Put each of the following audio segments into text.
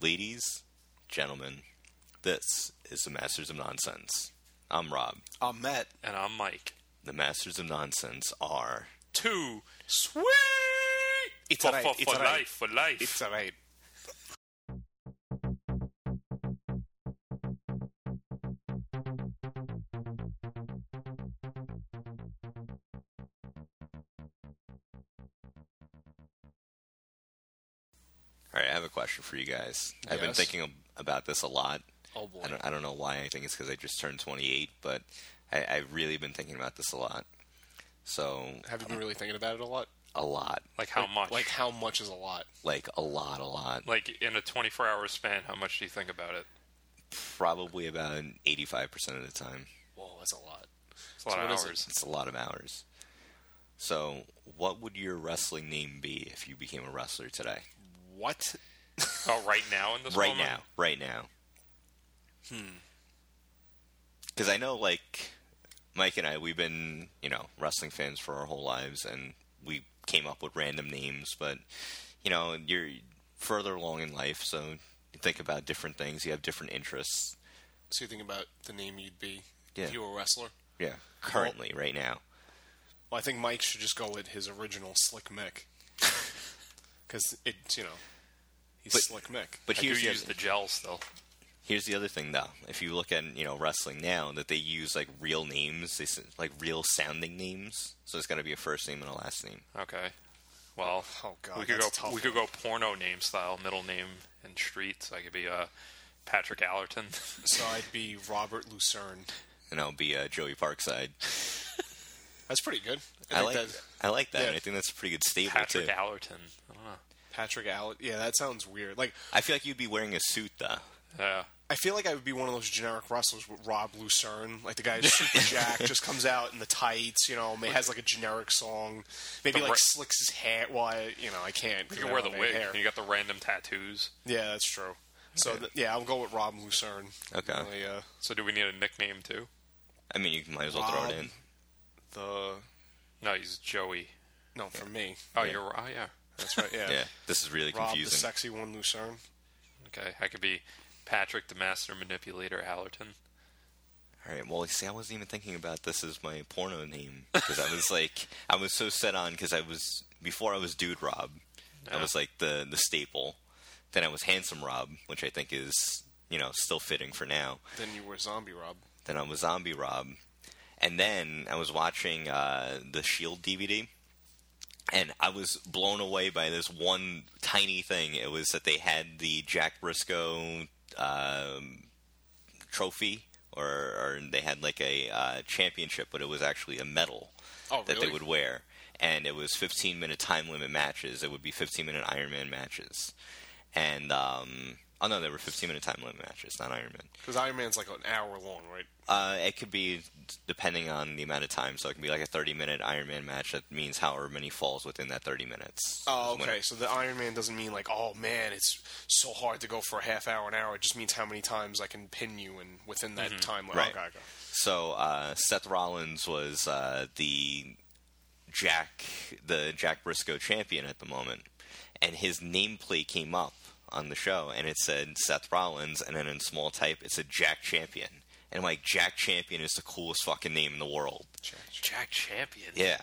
Ladies, gentlemen, this is the Masters of Nonsense. I'm Rob. I'm Matt. And I'm Mike. The Masters of Nonsense are Two. Sweet! It's for, alright, for, it's "Oh, for alright. life, for life. It's alright. All right, I have a question for you guys. I've been Yes. thinking ab- about this a lot. oh boy. I don't, I don't know why. I think it's because I just turned 28, but I, I've really been thinking about this a lot. So, Have you been really thinking about it a lot? a lot. Like how Like much? Like, how much is a lot? Like, a lot, a lot. in a 24 hour span, how much do you think about it? Probably about 85% of the time. Whoa, that's a lot. It's a lot So of what is it? hours. It's a lot of hours. So, what would your wrestling name be if you became a wrestler today? What? Oh, right now in this right moment? now, right now. Hmm. Hmm. Because I know, like Mike and I, we've been you know wrestling fans for our whole lives, and we came up with random names. But you know, you're further along in life, so you think about different things. You have different interests. So you think about the name you'd be Yeah. if you were a wrestler? Yeah, currently, right now. Well, I think Mike should just go with his original Slick Mick. Because it's, you know, he's But- Slick Mick. But I do here's the, use the gels, though. here's the other thing, though. If you look at you know wrestling now, that they use like real names, they s- like real sounding names. So it's got to be a first name and a last name. Okay. Well, Oh, God, we could that's a go tough we could go porno name style, middle name and street. So I could be uh, Patrick Allerton. So I'd be Robert Lucerne. And I'll be uh, Joey Parkside. That's pretty good. I, like that. I like that. yeah. and I think that's a pretty good staple Patrick too. Allerton. I don't know. Patrick Allen. Yeah, that sounds weird. Like, I feel like you'd be wearing a suit though. Yeah. I feel like I would be one of those generic wrestlers with Rob Lucerne, like the guy who's super jack, just comes out in the tights, you know, ma- has like a generic song, maybe The like ra- slicks his hair. Well, I, you know, I can't. You 'cause could I wear the don't have wig. any hair. And you got the random tattoos. Yeah, that's true. So th- yeah, I'll go with Rob Lucerne. Okay. Really, uh, So do we need a nickname too? I mean, you might as well throw it in. Rob. the No, he's Joey. no for me. Oh, Yeah. you're. Oh, yeah. That's right. Yeah. Yeah, this is really Rob the confusing. sexy one Lucerne. Okay, I could be Patrick, the master manipulator, Allerton. All right. Well, see, I wasn't even thinking about this as my porno name because I was like, I was so set on because I was before I was Dude Rob. I Yeah. was like the the staple. Then I was Handsome Rob, which I think is you know still fitting for now. Then you were Zombie Rob. Then I was Zombie Rob, and then I was watching uh, the Shield DVD, and I was blown away by this one tiny thing. It was that they had the Jack Briscoe um, trophy, or, or they had like a uh, championship, but it was actually a medal Oh, that really? they would wear. And it was 15 minute time limit matches. It would be 15 minute Ironman matches, and um, oh no, they were 15 minute time limit matches, not Ironman. Because Iron Man's like an hour long, right? Uh, it could be depending on the amount of time. So it can be like a 30 minute Iron Man match. That means however many falls within that 30 minutes. Oh, is when okay. it- So the Iron Man doesn't mean like, oh man, it's so hard to go for a half hour, an hour. It just means how many times I can pin you, and within that time, like, Mm-hmm. Right. okay, okay. So uh, Seth Rollins was uh, the Jack, the Jack Briscoe champion at the moment, and his nameplate came up on the show, and it said Seth Rollins, and then in small type it said Jack Champion, and I'm like Jack Champion is the coolest fucking name in the world. Jack Champion. Yeah,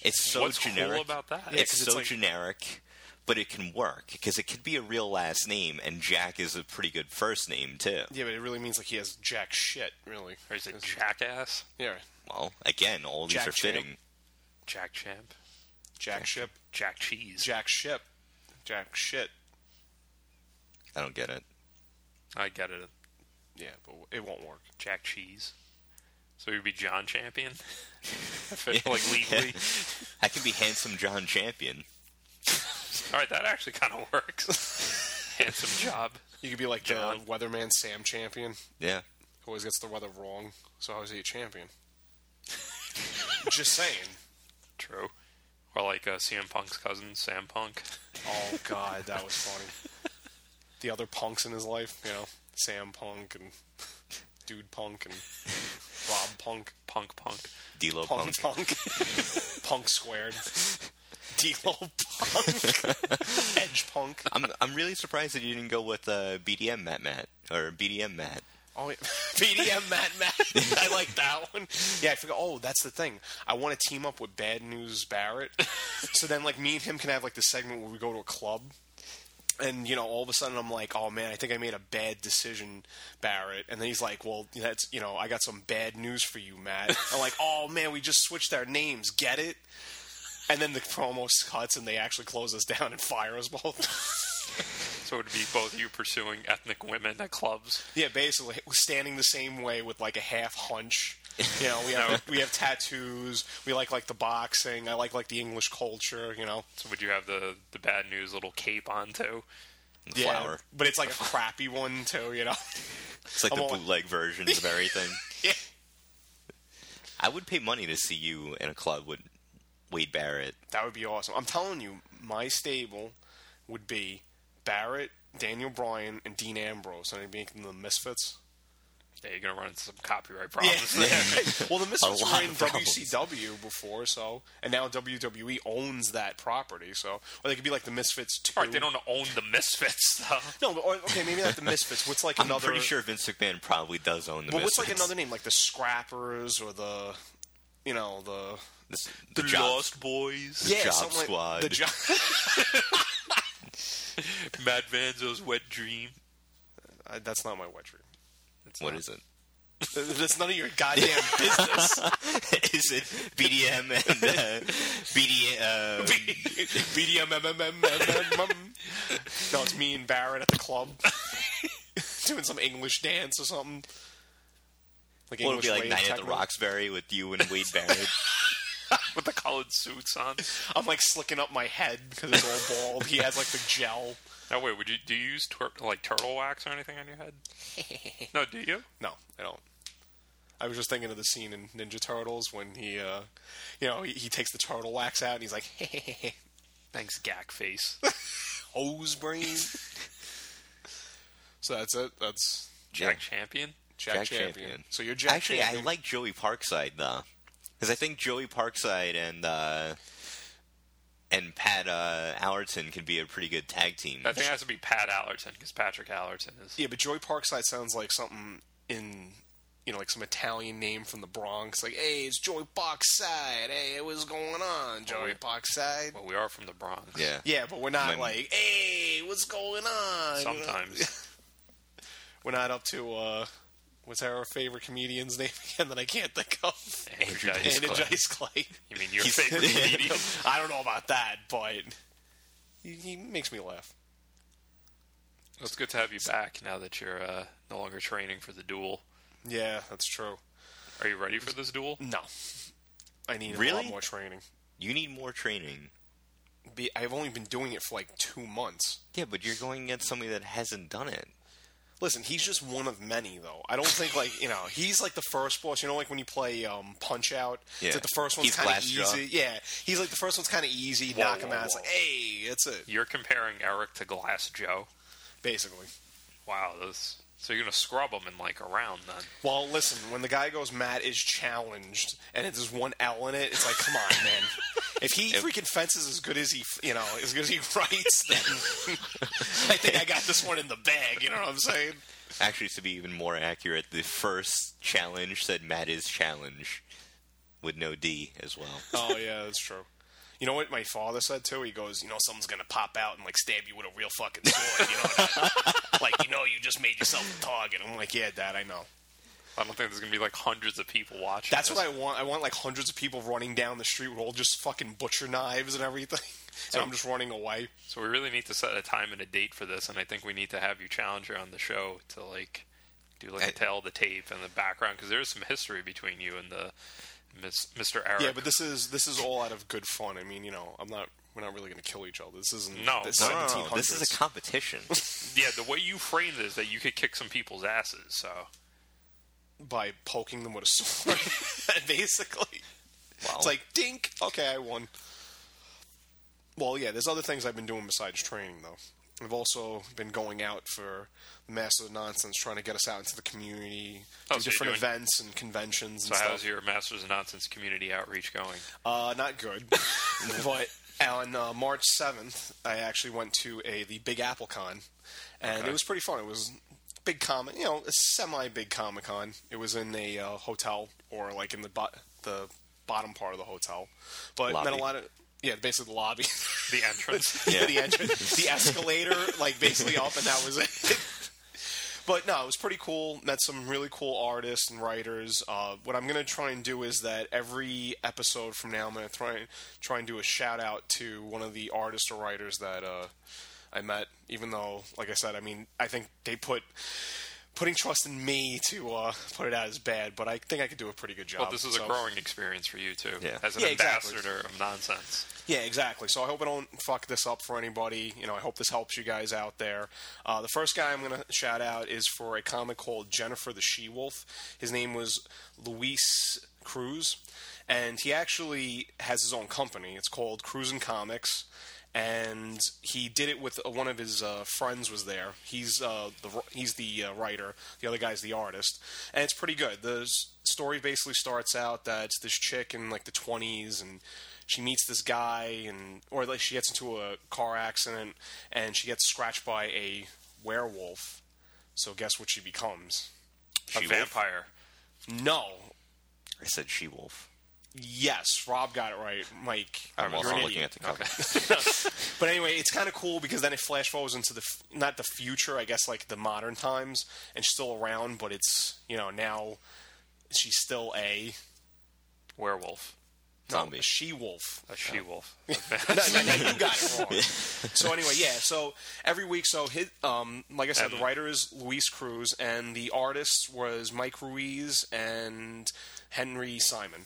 it's so What's generic. cool about that? Yeah, it's 'cause it's so like- generic, but it can work because it could be a real last name, and Jack is a pretty good first name too. Yeah, but it really means like he has jack shit, really. Or is it Isn't- Jackass? Yeah, Well, again, all these Jack are Champ. fitting. Jack Champ? jack ship, Jack Cheese? jack ship, jack shit. I don't get it. I get it. Yeah, but it won't work. Jack Cheese. So you'd be John Champion? If it- like legally. I can be handsome John Champion. All right, that actually kind of works. Handsome job. You could be like John. the weatherman Sam Champion, Yeah, who always gets the weather wrong. So how is he a champion? just saying. True. Or like uh, CM Punk's cousin, Sam Punk. Oh God, that was funny. The other punks in his life, you know, Sam Punk and Dude Punk and Rob Punk, Punk Punk. D'Lo Punk Punk. Punk, Punk Squared, D-Lo punk, edge punk. I'm I'm really surprised that you didn't go with uh, BDM Matt Matt or BDM Matt. Oh, yeah. BDM Matt Matt. I like that one. Yeah, I forgot. Oh, that's the thing. I want to team up with Bad News Barrett. So then, like, me and him can have, like, the segment where we go to a club. And, you know, all of a sudden I'm like, oh, man, I think I made a bad decision, Barrett. And then he's like, well, that's, you know, I got some bad news for you, Matt. I'm like, oh, man, we just switched our names. Get it? And then the promo cuts and they actually close us down and fire us both. So it would be both you pursuing ethnic women at clubs. Yeah, basically standing the same way with like a half hunch. You know, we have we have tattoos. We like like the boxing. I like like the English culture. You know, So would you have the the bad news little cape on too? The flower. But it's like a crappy one too. You know, It's like I'm the all- bootleg versions of everything. yeah. I would pay money to see you in a club with Wade Barrett. that would be awesome. I'm telling you, my stable would be Barrett, Daniel Bryan, and Dean Ambrose, and I'd be making the Misfits. Yeah, you're gonna run into some copyright problems. well, the Misfits lot were in of problems. WCW before, so and now WWE owns that property. So, or they could be like the Misfits too. All right, they don't own the Misfits though. No, but, or, okay, maybe not the Misfits. What's like I'm another? pretty sure Vince McMahon probably does own the. But what's like Misfits. another name, like the Scrappers or the, you know, the This- the, job, Boys, the job something like- squad? the job. Mad Vanzo's Wet Dream. Uh, That's not my wet dream. It's what not- is it? That's none of your goddamn business. is it BDM and uh, BD? Uh, mm, BDMMMMMMM. mm, No, it's me and Barrett at the club doing some English dance or something. Like what would be like wave Night at the techno. Roxbury with you and Wade Barrett? with the collared suits on? I'm like slicking up my head because it's all bald. he has like the gel. Now wait, would you do you use tur- like turtle wax or anything on your head? no, do you? No, I don't. I was just thinking of the scene in Ninja Turtles when he, uh, you know, he, he takes the turtle wax out and he's like, Thanks, Gack Face. hose brain. so that's it. That's Jack Champion. Jack, Jack Champion. Champion. So you're Jack Actually, I Champion. like Joey Parkside though, because I think Joey Parkside and uh, and Pat uh, Allerton can be a pretty good tag team. I think it has to be Pat Allerton because Patrick Allerton is. Yeah, but Joy Parkside sounds like something in, you know, like some Italian name from the Bronx. Like, hey, it's Joy Parkside. Hey, what's going on, Oh, Joy Parkside? Well, we are from the Bronx. yeah. Yeah, but we're not When- like, hey, what's going on? Sometimes We're not up to uh what's our favorite comedian's name again that I can't think of? Andrew Dice Anna Clay. Dice Clay. You mean your favorite comedian? I don't know about that, but he, he makes me laugh. Well, It's good to have you back now that you're uh, no longer training for the duel. Yeah, that's true. Are you ready for this duel? No. I need a lot Really? more training. You need more training. Be, I've only been doing it for like two months. Yeah, but you're going against somebody that hasn't done it. Listen, he's just one of many, though. I don't think like you know he's like the first boss. You know, like when you play um, Punch Out, Yeah. it's like the first one's He's kind of easy. Glassjaw. Yeah, he's like the first one's kind of easy. Whoa, knock him whoa, out. It's whoa. like, hey, that's it, You're comparing Eric to Glass Joe. basically. Wow, those. So you're gonna scrub him in like a round then? Well, listen, when the guy goes, Matt is challenged, and it- there's one L in it, it's like, come on, man. If he freaking fences as good as he, f- you know, as good as he writes, then I think I got this one in the bag. You know what I'm saying? Actually, to be even more accurate, the first challenge said Matt is challenge with no D as well. Oh yeah, that's true. You know what my father said too? He goes, you know, someone's gonna pop out and like stab you with a real fucking sword. You know, what I mean? like you know, you just made yourself a target. I'm like, yeah, Dad, I know. I don't think there's gonna be like hundreds of people watching. That's what I want. I want like hundreds of people running down the street with all just fucking butcher knives and everything, and I'm just running away. So we really need to set a time and a date for this, and I think we need to have you challenge her on the show to like do like I- a tale of the tape and the background because there's some history between you and the Miss, Mr. Eric. Yeah, but this is this is all out of good fun. I mean, you know, I'm not. We're not really gonna kill each other. This isn't. No, this no, No, no, no, 1700s. Oh, This is a competition. Yeah, the way you framed it is that you could kick some people's asses. So by poking them with a sword, basically. Wow. It's like dink. Okay, I won. Well, yeah. There's other things I've been doing besides training, though. I've also been going out for the Master of Nonsense, trying to get us out into the community, Oh, do so you're different doing- events and conventions and so stuff. how's your Masters of Nonsense community outreach going? Uh, not good, but on uh, March 7th, I actually went to a the Big Apple Con, and Okay. it was pretty fun. It was big comic, you know, a semi big Comic Con. It was in a uh, hotel or like in the bo- the bottom part of the hotel, but then Lobby. a lot of yeah, basically the lobby, The entrance. Yeah. the entrance, the escalator, like basically up, and that was it. But no, it was pretty cool. Met some really cool artists and writers. Uh, what I'm going to try and do is that every episode from now, I'm going to try and try and do a shout out to one of the artists or writers that uh, I met. Even though, like I said, I mean, I think they put putting trust in me to uh, put it out is bad, but I think I could do a pretty good job. Well, this is a so- growing experience for you too, Yeah. as an Yeah, exactly. ambassador of nonsense. Yeah, exactly. So I hope I don't fuck this up for anybody. You know, I hope this helps you guys out there. Uh, the first guy I'm going to shout out is for a comic called Jennifer the She Wolf. His name was Luis Cruz, and he actually has his own company. It's called Cruz and Comics, and he did it with uh, one of his uh, friends was there. He's uh, the he's the uh, writer. The other guy's the artist, and it's pretty good. The s- story basically starts out that it's this chick in like the 20s and she meets this guy and or like she gets into a car accident and she gets scratched by a werewolf. So guess what she becomes? A She-Wolf? vampire. No. I said she wolf. Yes, Rob got it right, Mike. I'm you're also an looking idiot. at the cover. But anyway, it's kind of cool because then it flash forwards into the f- not the future, I guess, like the modern times, and she's still around, but it's you know now she's still a Werewolf. Zombie. she wolf. A she wolf. no, no, you got it wrong. so anyway, yeah. So every week, so his, um, like I said, the writer is Luis Cruz, and the artist was Mike Ruiz and Henry Simon.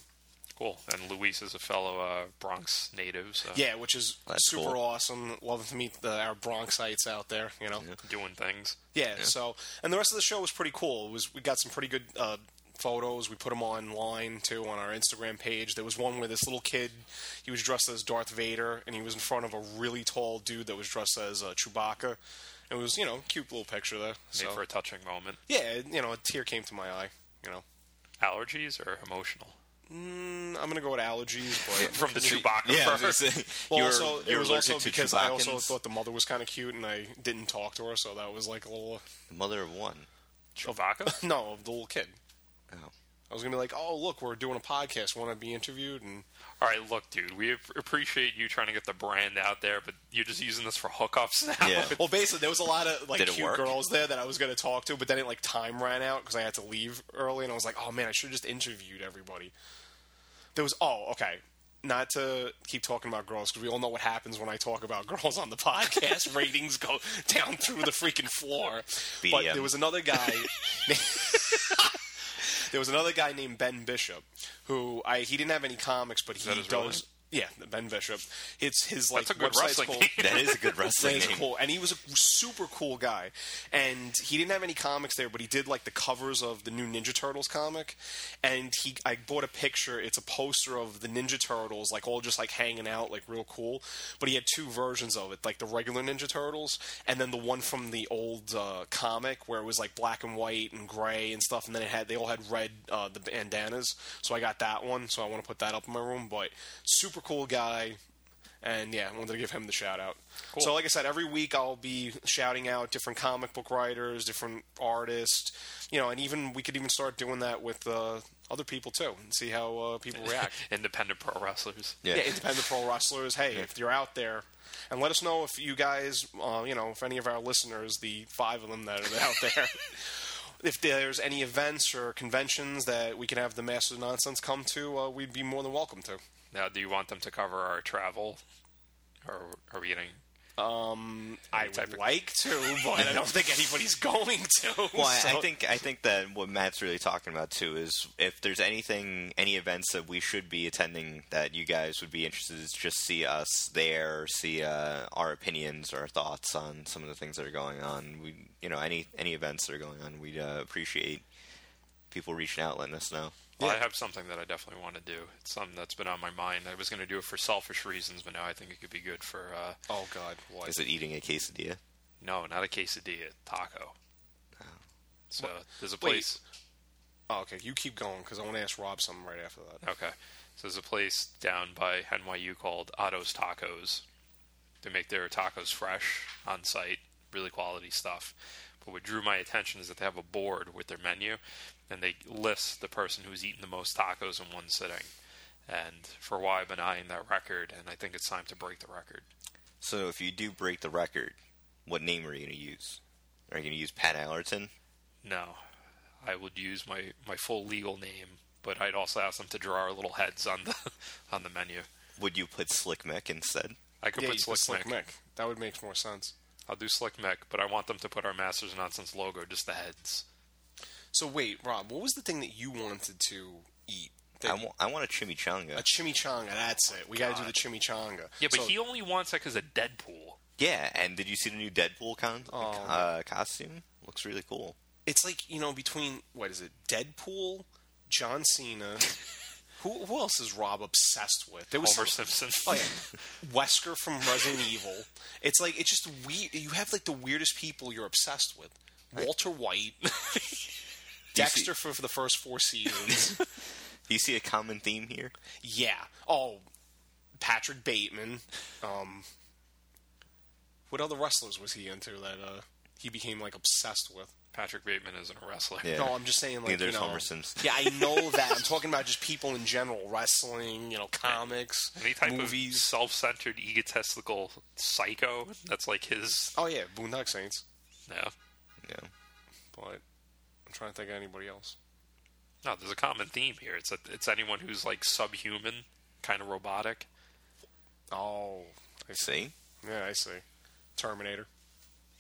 cool. And Luis is a fellow uh, Bronx native, so Yeah, which is That's super cool. awesome. Loving to meet the, our Bronxites out there, you know. doing things. Yeah, So, and the rest of the show was pretty cool. It was we got some pretty good uh, photos. We put them online too on our Instagram page. There was one where this little kid, he was dressed as Darth Vader, and he was in front of a really tall dude that was dressed as uh, Chewbacca. It was you know cute little picture there. Made So for a touching moment. yeah, you know a tear came to my eye. You know, Allergies or emotional? Mm, I'm gonna go with allergies, but. From the Chewbacca Yeah, I was gonna first. say, Well, you're, also, you're it was allergic also to because I also Chewbaccans? thought the mother was kind of cute, and I didn't talk to her, so that was like a little Mother of one. Chewbacca? no of the little kid. Oh. I was gonna be like, "Oh, look, we're doing a podcast. Want to be interviewed?" And All right, look, dude, we ap- appreciate you trying to get the brand out there, but you're just using this for hookups now. Yeah. well, basically, there was a lot of like Did it cute work? girls there that I was gonna talk to, but then it like time ran out because I had to leave early, and I was like, "Oh man, I should have just interviewed everybody." There was oh okay, not to keep talking about girls because we all know what happens when I talk about girls on the podcast. Ratings go down through the freaking floor. But BDM. there was another guy. there was another guy named Ben Bishop who I he didn't have any comics, but he that his real does. Yeah, Ben Bishop. It's his like That's a good website's wrestling called- name. That is a good wrestling Lane's name. cool, and he was a super cool guy. And he didn't have any comics there, but he did like the covers of the new Ninja Turtles comic. And he, I bought a picture. It's a poster of the Ninja Turtles, like all just like hanging out, like real cool. But he had two versions of it, like the regular Ninja Turtles, and then the one from the old uh, comic where it was like black and white and gray and stuff. And then it had they all had red uh, the bandanas. So I got that one. So I want to put that up in my room. But super cool guy. And yeah, I wanted to give him the shout out. So, like I said, every week I'll be shouting out different comic book writers, different artists, you know, and even we could even start doing that with uh, other people too and see how uh, people react. Independent pro wrestlers. Yeah. yeah, independent pro wrestlers. Hey, if you're out there, and let us know if you guys, uh, you know, if any of our listeners, the five of them that are out there, if there's any events or conventions that we can have the Masters of Nonsense come to, uh, we'd be more than welcome to. Now, do you want them to cover our travel? Or are we getting. I type would of- like to, but I don't think anybody's going to. Well, I- I so- think I think that what Matt's really talking about too is if there's anything, any events that we should be attending that you guys would be interested, is just see us there, see uh, our opinions, our thoughts on some of the things that are going on. We, you know, any any events that are going on, we'd uh, appreciate people reaching out, letting us know. Well, I Yeah. have something that I definitely want to do. It's something that's been on my mind. I was going to do it for selfish reasons, but now I think it could be good for. Uh, Oh God, what? Is it eating a quesadilla? no, not a quesadilla, taco. So there's a place. Oh, okay, you keep going because I want to ask Rob something right after that. Okay. So there's a place down by NYU called Otto's Tacos. They make their tacos fresh on site, really quality stuff. But what drew my attention is that they have a board with their menu, and they list the person who's eaten the most tacos in one sitting. And for a while, I've been eyeing that record, and I think it's time to break the record. So if you do break the record, what name are you going to use? Are you going to use Pat Allerton? No, I would use my, my full legal name, but I'd also ask them to draw our little heads on the on the menu. Would you put Slick Mick instead? I could Yeah, you put put Slick Slick, Mick. Mick. That would make more sense. I'll do Slick Mick, but I want them to put our Masters of Nonsense logo, just the heads. So wait, Rob, what was the thing that you wanted to eat? I That, wa- I want a chimichanga. a chimichanga. That's it. We got to do the chimichanga. Yeah, but So- he only wants that because of Deadpool. yeah, and did you see the new Deadpool con- Oh. uh, costume? Looks really cool. it's like you know between what is it deadpool john cena who, who else is rob obsessed with there was Homer some- Simpson. oh, yeah. wesker from resident evil it's like it's just weird you have like the weirdest people you're obsessed with walter white dexter for, for the first four seasons Do you see a common theme here? yeah oh patrick bateman um what other wrestlers was he into that uh he became like obsessed with Patrick Bateman isn't a wrestler. Yeah. No, I'm just saying, like, Neither you is know, Homer Simpson. Yeah, I know that. I'm talking about just people in general, wrestling, you know, comics, Any type of movies. self-centered, egotistical psycho. That's like his. Oh yeah, Boondock Saints. No, No. But I'm trying to think of anybody else. no. There's a common theme here. It's that it's anyone who's like subhuman, kind of robotic. Oh, I see. See? Yeah, I see. Terminator. Yeah.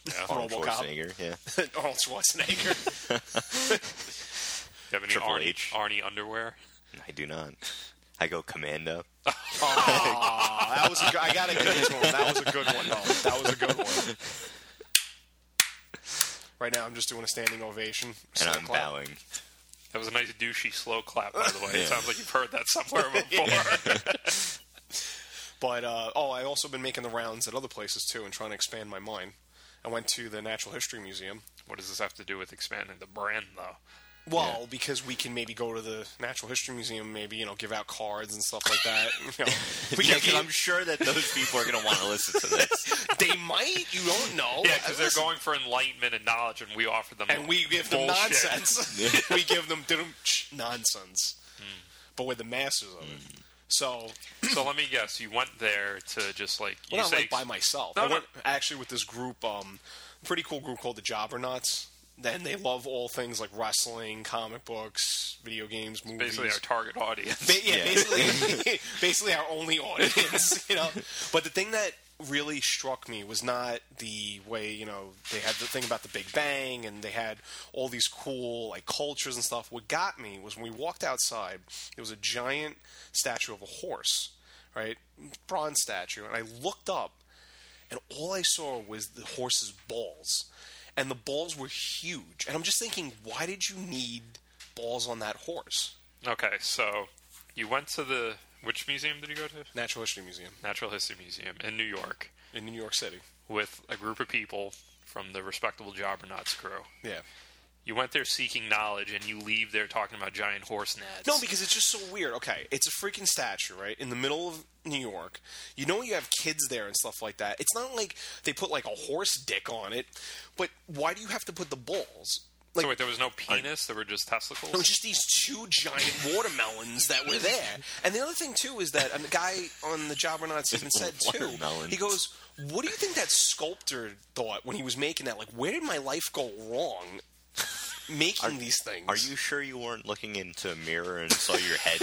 Do Arnold RoboCop. Schwarzenegger, yeah. Arnold Oh, Schwarzenegger. you have any Triple Arnie, H. Arnie underwear? I do not. I go commando. Aw, Oh, that was. A good, I gotta give it to him. That was a good one. though. that was a good one. Right now, I'm just doing a standing ovation. And I'm Clap. bowing. That was a nice douchey slow clap, by the way. Yeah. It sounds like you've heard that somewhere before. But uh, oh, I've also been making the rounds at other places too, and trying to expand my mind. I went to the Natural History Museum. What does this have to do with expanding the brand, though? Well, because we can maybe go to the Natural History Museum, maybe you know, give out cards and stuff like that. You know, we Yeah, can 'cause I'm sure that those people are going to want to listen to this. they might. You don't know. Yeah, because they're Uh, Listen, going for enlightenment and knowledge, and we offer them and we give them bullshit. nonsense. we give them dum-tsh, nonsense, Hmm. but we're the masters of it. So so let me guess, you went there to just like you well, not say like by myself. No, I no. went actually with this group, um, pretty cool group called the Jobbernauts. And they love all things like wrestling, comic books, video games, movies. basically our target audience. Ba- yeah, Yeah. basically, basically our only audience, you know. But the thing that really struck me was not the way you know they had the thing about the Big Bang and they had all these cool like cultures and stuff. What got me was when we walked outside, there was a giant statue of a horse, right, bronze statue, and I looked up, and all I saw was the horse's balls. And the balls were huge. And I'm just thinking, why did you need balls on that horse? Okay, so you went to the which museum did you go to? Natural History Museum. Natural History Museum in New York in New York City. with a group of people from the respectable Jobbernauts crew. Yeah. You went there seeking knowledge, and you leave there talking about giant horse nads. No, because it's just so weird. Okay, it's a freaking statue, right, in the middle of New York. You know, you have kids there and stuff like that. It's not like they put like a horse dick on it, but why do you have to put the balls? Like, so wait, there was no penis. There were just testicles. it was just these two giant watermelons that were there. And the other thing too is that um, the guy on the Jobbernauts even said too. Watermelons. He goes, "What do you think that sculptor thought when he was making that? Like, where did my life go wrong making these things? Are you sure you weren't looking into a mirror and saw your head?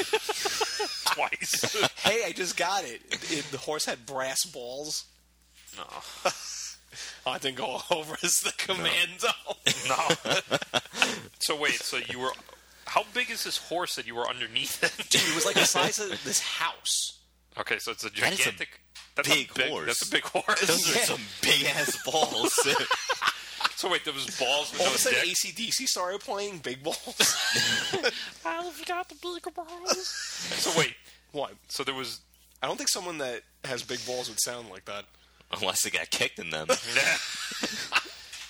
twice. hey, I just got it. It- The horse had brass balls. no, I think all over is the commando. no. so wait, so you were. How big is this horse that you were underneath it? Dude, it was like the size of this house. Okay, so it's a That is a gigantic. That's big a big horse. That's a big horse. Those are Yeah. some big ass balls. so wait, there was balls with All no of a sudden, dick. ACDC started playing Big Balls. I've got the big balls. so wait, what? so there was. I don't think someone that has big balls would sound like that. Unless they got kicked in them.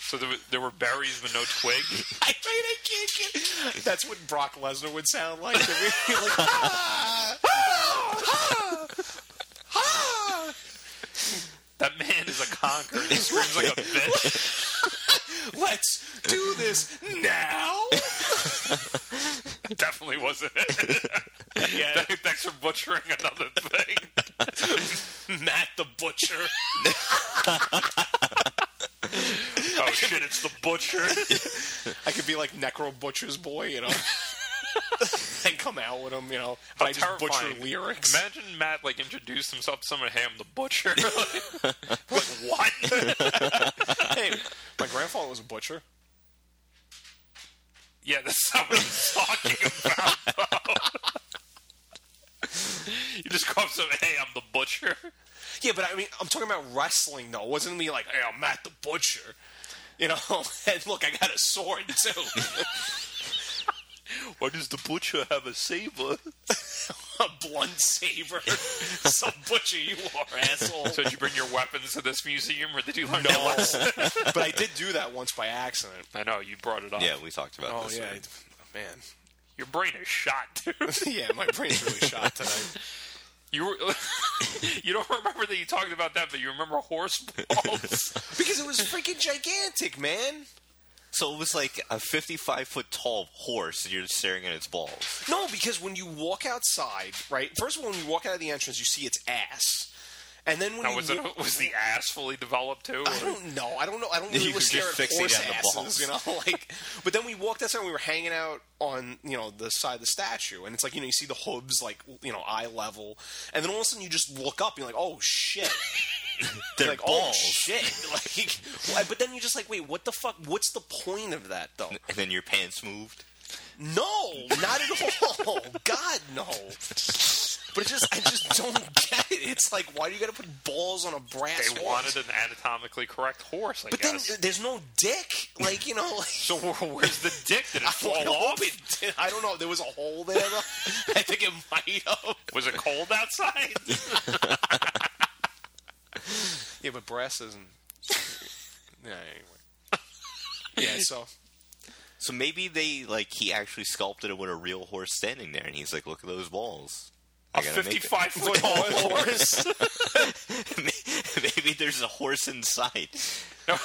So there, were- there were berries but no twig. I mean, I can't get. That's what Brock Lesnar would sound like. To me. Like, ah, ah. conquer. He screams like a bitch. Let's do this now. Definitely wasn't it. yeah, Thanks for butchering another thing. Matt the Butcher. Oh shit! It's the butcher. I could be like Necro Butcher's boy, you know, and come out with him, you know. But I just butcher Terrifying. lyrics. Imagine Matt like introduced himself to someone. Hey, I'm the butcher. like what? hey, my grandfather was a butcher. Yeah, that's not what I'm talking about. Bro. you just call some, hey, I'm the butcher. Yeah, but I mean, I'm talking about wrestling, though. It wasn't me like, hey, I'm Matt the Butcher. You know, and look, I got a sword, too. Why does the butcher have a saber? a blunt saber. Some butcher you are, asshole. So did you bring your weapons to this museum, or did you learn that No. lesson? but I did do that once by accident. I know you brought it up. Yeah, we talked about Oh, this. yeah. right? I- Man. Your brain is shot, dude. yeah, my brain's really shot tonight. You were, you don't remember that you talked about that, but you remember horse balls. Because it was freaking gigantic, man. So it was like a 55 foot tall horse, and you're just staring at its balls. No, because when you walk outside, right? First of all, when you walk out of the entrance, you see its ass. And then when now, you was it walk- was the ass fully developed too? I Or? don't know. I don't know. I don't really You was could stare just at fixate horse on the asses, balls. you know. Like, but then we walked outside. and We were hanging out on you know the side of the statue, and it's like you know you see the hooves like you know eye level, and then all of a sudden you just look up and you're like, oh shit, They're like oh balls. shit, like. why- But then you're just like, wait, what the fuck? What's the point of that though? and then your pants moved. No, not at all. God no. But it just I just don't get it. It's like why do you got to put balls on a brass? They horse? wanted an anatomically correct horse, I But then guess. there's no dick, like you know. Like, so where- where's the dick? Did it I fall hope off? it did. I don't know. There was a hole there. Though. I think it might have. Was it cold outside? Yeah, but brass isn't. yeah. Anyway. Yeah. So So maybe they like he actually sculpted it with a real horse standing there, and he's like, "Look at those balls." I A gotta make it." fifty-five foot tall horse. maybe there's a horse inside. No,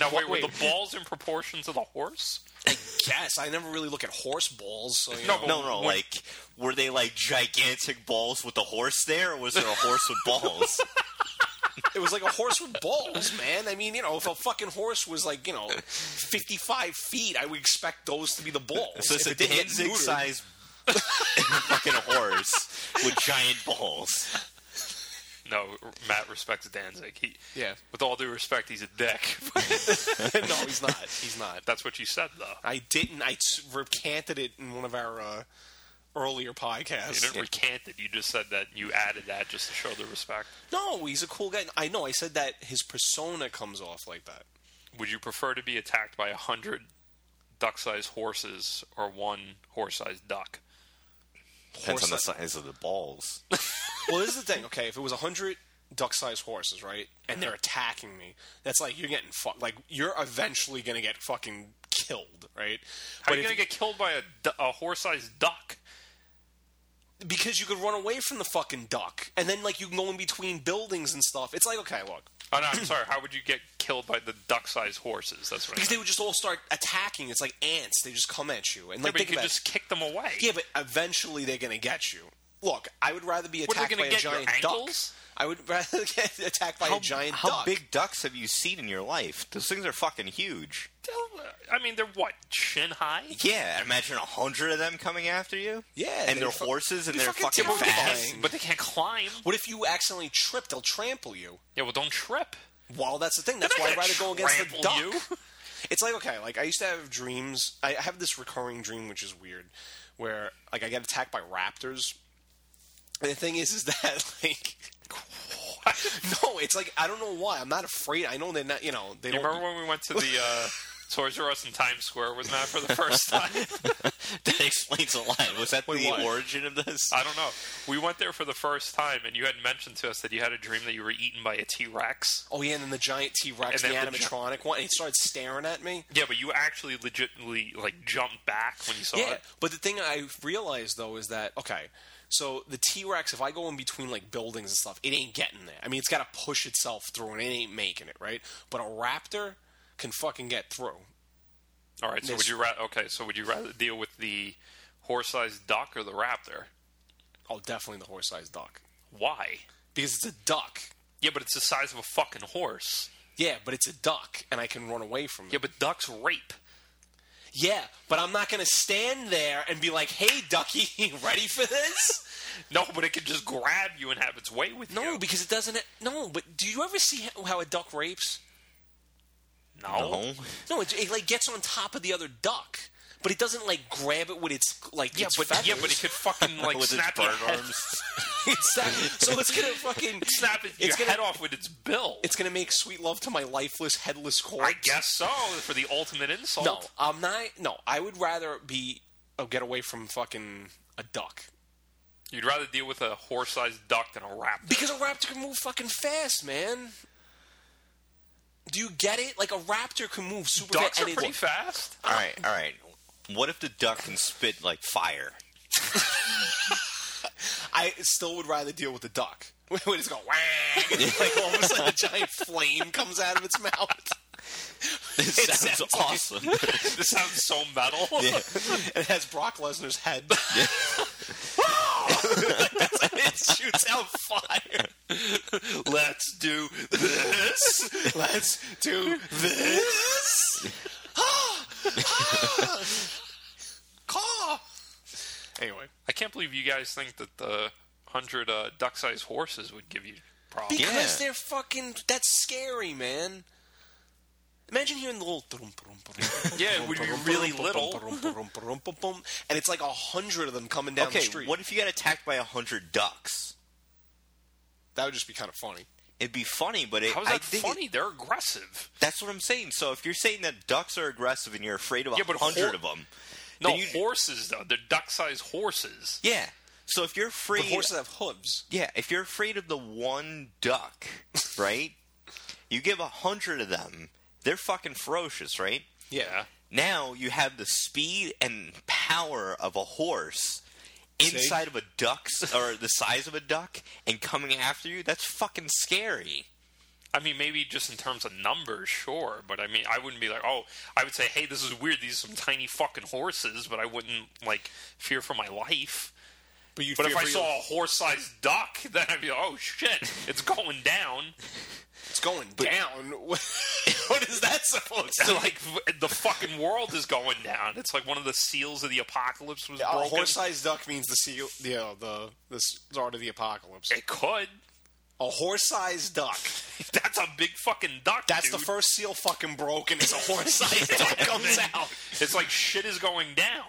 now wait, were Wait. the balls in proportion to the horse? yes, I never really look at horse balls. So you No, know. No, no, What- like were they like gigantic balls with a horse there, or was there a horse with balls? it was like a horse with balls, man. I mean, you know, if a fucking horse was like you know, fifty-five feet, I would expect those to be the balls. So it's If a it didn't get Danzig neutered- sized fucking horse with giant balls. No, Matt respects Danzig. He, Yeah. With all due respect, he's a dick. no, he's not. He's not. That's what you said, though. I didn't. I s- recanted it in one of our uh, earlier You podcasts. didn't recant it. You just said that you added that just to show the respect. No, he's a cool guy. I know. I said that his persona comes off like that. Would you prefer to be attacked by a hundred duck-sized horses or one horse-sized duck? Depends on the Horse- size of the balls. Well, this is the thing. Okay, if it was hundred duck-sized horses, right, and they're attacking me, that's like you're getting fucked. Like you're eventually gonna get fucking killed, right? How are you if- going to get killed by a, du- a horse-sized duck? because you could run away from the fucking duck, and then like you can go in between buildings and stuff. It's like okay, look, Oh no, I'm sorry. How would you get killed by the duck-sized horses? That's what I because meant. they would just all start attacking. It's like ants; they just come at you, and Yeah, like but you think could about it. just kick them away. Yeah, but eventually they're gonna get you. Look, I would rather be What, are they attacked gonna by a get your giant duck. ankles? I would rather get attacked by a giant how duck. big ducks have you seen in your life? Those things are fucking huge. They'll- uh, I mean, they're what shin high. Yeah, imagine a hundred of them coming after you. Yeah, and they're they're fu- horses and they're they're fucking fucking, terrifying. fast. but they can't climb. What if you accidentally trip? They'll trample you. Yeah, well, don't trip. Well, that's the thing. That's They're why not I'd rather go gonna against the trample duck. you. It's like okay, like I used to have dreams. I I have this recurring dream which is weird, where like I get attacked by raptors. And the thing is, is that like. No, it's like I don't know why. I'm not afraid. I know they're not. You know, they You don't. remember when we went to the uh, Toys R Us in Times Square with Matt for the first time? That explains a lot. Was that the what? origin of this? I don't know. We went there for the first time, and you had mentioned to us that you had a dream that you were eaten by a T Rex. Oh yeah, and then the giant T Rex, the And then the gi- animatronic one, and it started staring at me. Yeah, but you actually legitimately like jumped back when you saw Yeah, it. but the thing I realized though is that okay, So the T Rex, if I go in between like buildings and stuff, it ain't getting there. I mean, it's got to push itself through, and it ain't making it right. But a Raptor can fucking get through. All right. So This- would you ra- okay? So would you rather deal with the horse-sized duck or the raptor? Oh, definitely the horse-sized duck Why? because it's a duck. Yeah, but it's the size of a fucking horse. Yeah, but it's a duck, and I can run away from it. Yeah, but ducks rape. Yeah, but I'm not gonna stand there and be like, "Hey, ducky, you ready for this?" No, but it could just grab you and have its way with No, you. because it doesn't. No, but do you ever see how- how a duck rapes? No. No? No, it, it like gets on top of the other duck, but it doesn't like grab it with its like Yeah, its but feathers. yeah, but it could fucking like With its snap your bird head, arms. it's not, so it's gonna fucking snap it, your It's gonna- head off with its bill. It's gonna make sweet love to my lifeless, headless corpse. I guess so for the ultimate insult. No, I'm not. No, I would rather be oh, get away from fucking a duck You'd rather deal with a horse-sized duck than a raptor. because a raptor can move fucking fast, man. Do you get it? Like a raptor can move super ducks fast. are and it- pretty fast. all right, all right. What if the duck can spit like fire? I still would rather deal with the duck. When it's going whack, and like all of a sudden a giant flame comes out of its mouth. This It sounds, sounds like- awesome. This sounds so metal. It has Brock Lesnar's head. it shoots out fire. Let's do this. Let's do this. Caw. Anyway, I can't believe you guys think that the hundred uh, duck-sized horses would give you problems. because Yeah. they're fucking. That's scary, man. Imagine hearing the little. thrum, thrum, thrum, Yeah, it thrum, would be thrum, really thrum, little. thrum, thrum, thrum, thrum, thrum, and it's like a hundred of them coming down okay, the street. what if you got attacked by a hundred ducks? That would just be kind of funny. It'd be funny, but it, How's I that think it- funny? They're aggressive. that's what I'm saying. So if you're saying that ducks are aggressive and you're afraid of a Yeah, but hundred hor- of them, No, then you- horses though. They're duck-sized horses. yeah. So if you're But afraid, horses have hooves. yeah, if you're afraid of the one duck, right? you give a hundred of them, they're fucking ferocious, right? Yeah. Now you have the speed and power of a horse inside of a duck's or the size of a duck and coming after you. That's fucking scary. I mean, maybe just in terms of numbers, sure, but I mean, I wouldn't be like, oh, I would say, hey, this is weird. These are some tiny fucking horses, but I wouldn't like fear for my life. But, you'd But if fear I for saw your- a horse-sized duck, then I'd be like, oh shit, it's going down. it's going down, what is that supposed It's to? like the fucking world is going down. It's like one of the seals of the apocalypse was A broken. horse-sized duck means the seal, the uh, the the start of the apocalypse. it could. A horse-sized duck. That's a big fucking duck. That's the dude. first seal fucking broken. Is a horse-sized duck comes out It's like shit is going down.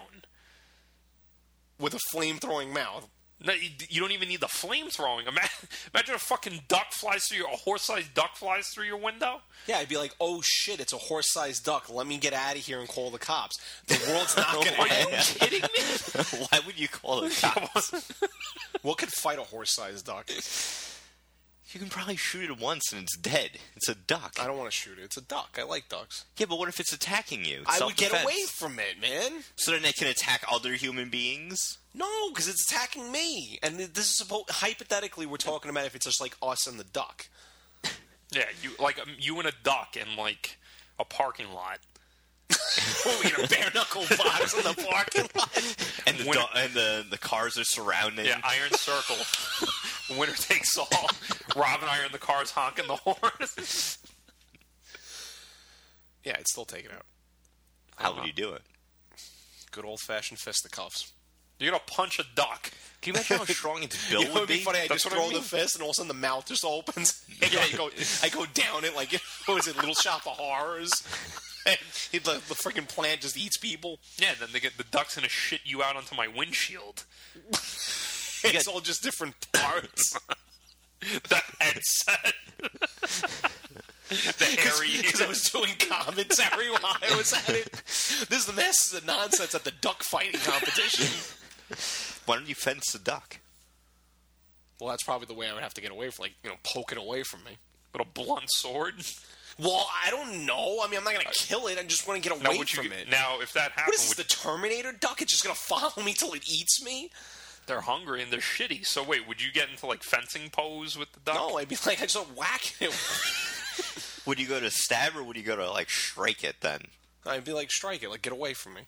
with a flame-throwing mouth. No, you, you don't even need the flame throwing. Imagine, imagine a fucking duck flies through your, a horse-sized duck flies through your window. Yeah, I'd be like, oh shit, it's a horse-sized duck. Let me get out of here and call the cops. The world's not gonna. Are you end. kidding me? Why would you call it cops? What could fight a horse-sized duck? you can probably shoot it once and it's dead. It's a duck. I don't want to shoot it. It's a duck. I like ducks. Yeah, but what if it's attacking you? It's I would get self-defense. away from it, man. So then it can attack other human beings. No, because it's attacking me. And this is supposed hypothetically we're talking about if it's just like us and the duck. Yeah, you like um, you and a duck in like a parking lot. Oh, you know, bare knuckle box in the parking lot. And the When- du- and the, the cars are surrounding. Yeah, iron circle. Winner takes all. Rob and I are in the cars honking the horn. Yeah, it's still taken out. How would you do it? Good old fashioned fisticuffs. You're gonna punch a duck. Can you imagine how strong its bill It would be funny. I just That's what I throw mean. the fist, and all of a sudden the mouth just opens. And I go, I go down it like what was it, Little Shop of Horrors? And the, the freaking plant just eats people. Yeah, then they get the duck's gonna shit you out onto my windshield. It's all just different parts. That headset. the hairy. because I was doing commentary while I was at it. This is the masters of nonsense at the duck fighting competition. Why don't you fence the duck? Well, that's probably the way I would have to get away from, like you know, poke it away from me. with a blunt sword. Well, I don't know. I mean, I'm not gonna kill it. I just want to get Now, away would you, from it. now if that happened, what is this, would, the Terminator duck? It's just gonna follow me till it eats me? They're hungry and they're shitty. So wait, would you get into like fencing pose with the duck? No, I'd be like, I just don't whack it. Would you go to stab or would you go to like shrike it then? I'd be like, strike it, like get away from me.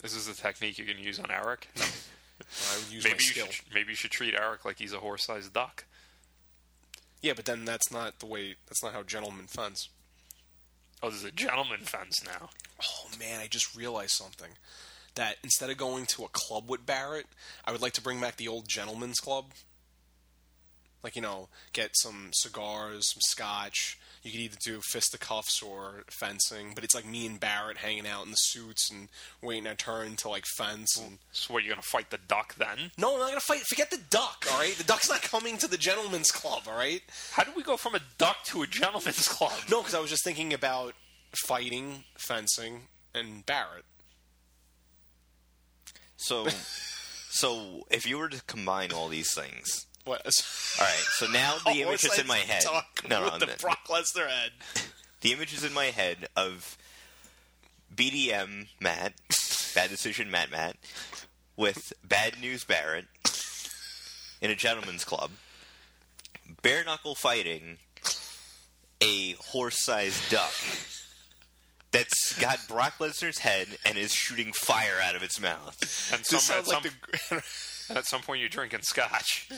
This is a technique you can use on Eric. I would use maybe my you skill. should maybe you should treat Eric like he's a horse-sized duck. Yeah, but then that's not the way. That's not how gentlemen fence. Oh, there's a gentleman fence now. Oh man, I just realized something. That instead of going to a club with Barrett, I would like to bring back the old gentleman's club. Like, you know, get some cigars, some scotch. You could either do fisticuffs or fencing, but it's like me and Barrett hanging out in the suits and waiting our turn to like fence and So what, you're gonna fight the duck then? No, I'm not gonna fight forget the duck, alright? The duck's not coming to the gentleman's club, alright? How did we go from a duck to a gentleman's club? No, because I was just thinking about fighting, fencing, and Barrett. So, so if you were to combine all these things, What all right. So now the Oh, image it's is like in my head. Talk No, with no, the the, Brock Lesnar head. the image is in my head of BDM Matt, bad decision Matt Matt, with bad news Barrett in a gentleman's club, bare knuckle fighting a horse-sized duck. That's got Brock Lesnar's head and is shooting fire out of its mouth And This some, at, sounds like some, the. at some point you're drinking scotch.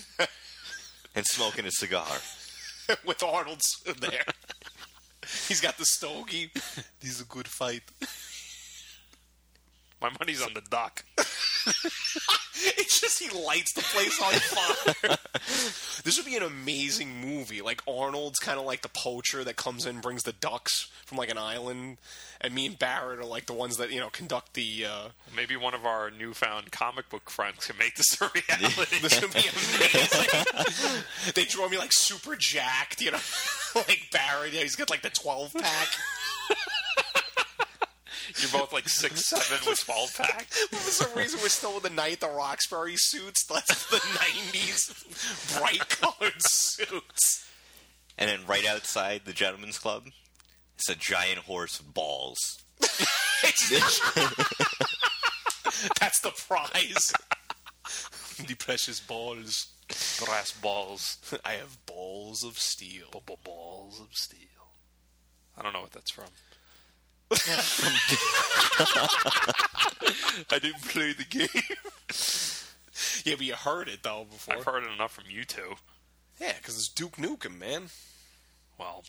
and smoking a cigar. with Arnold's there. He's got the stogie. This is a good fight. My money's on the duck. It's just he lights the place on fire. this would be an amazing movie. Like Arnold's kind of like the poacher that comes in, brings the ducks from like an island, and me and Barrett are like the ones that you know conduct the. Uh, Maybe one of our newfound comic book friends can make this a reality. This would be amazing. they draw me like super jacked, you know, like Barrett. Yeah, he's got like the twelve pack. You're both like six seven with ball pack. For some reason, we're still in the night the Roxbury suits. That's the nineties bright colored suits. And then right outside the gentleman's club, it's a giant horse with balls. That's the prize. the precious balls. Brass balls, I have balls of steel. bubble balls of steel. I don't know what that's from. I didn't play the game. Yeah, but you heard it though before. I've heard it enough from you two. yeah, because it's Duke Nukem, man. Well,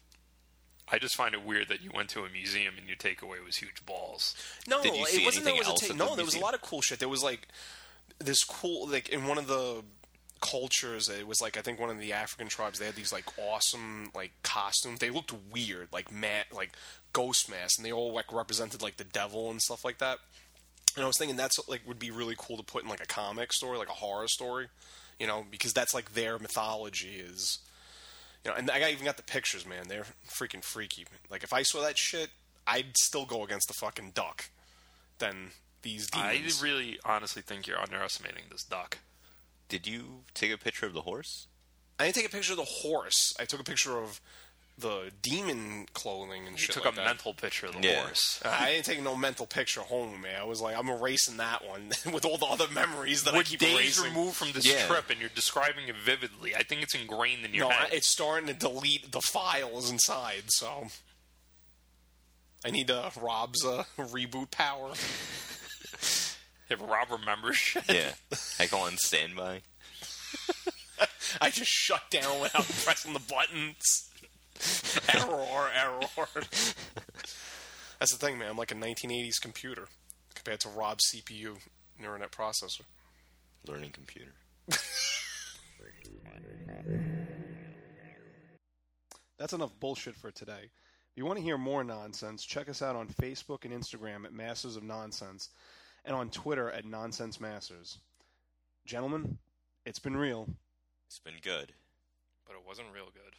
I just find it weird that you went to a museum and your takeaway was huge balls. No, Did you it see wasn't anything that it else was a at take. the No, there was a museum? lot of cool shit. There was like this cool like in one of the cultures it was like I think one of the African tribes they had these like awesome like costumes. They looked weird, like mat like ghost masks and they all like represented like the devil and stuff like that. And I was thinking that's like would be really cool to put in like a comic story, like a horror story, you know, because that's like their mythology is you know, and I got- even got the pictures, man. They're freaking freaky. Like if I saw that shit, I'd still go against the fucking duck than these I demons. really honestly think you're underestimating this duck. Did you take a picture of the horse? I didn't take a picture of the horse. I took a picture of the demon clothing and You shit. took like a that. mental picture of the Yeah. horse. I didn't take no mental picture home, man. I was like, I'm erasing that one with all the other memories that We're I keep days erasing. removed from this Yeah. trip, and you're describing it vividly. I think it's ingrained in your no, I- head. it's starting to delete the files inside, so I need uh, Rob's uh, reboot power. if Rob remembers shit, Yeah. I go on standby. I just shut down without pressing the buttons. error, error. That's the thing, man. I'm like a 1980s computer compared to Rob's CPU, neural net processor. Learning computer. That's enough bullshit for today. If you want to hear more nonsense, check us out on Facebook and Instagram at Masters of Nonsense and on Twitter at Nonsense Masters. Gentlemen, it's been real. It's been good. but it wasn't real good.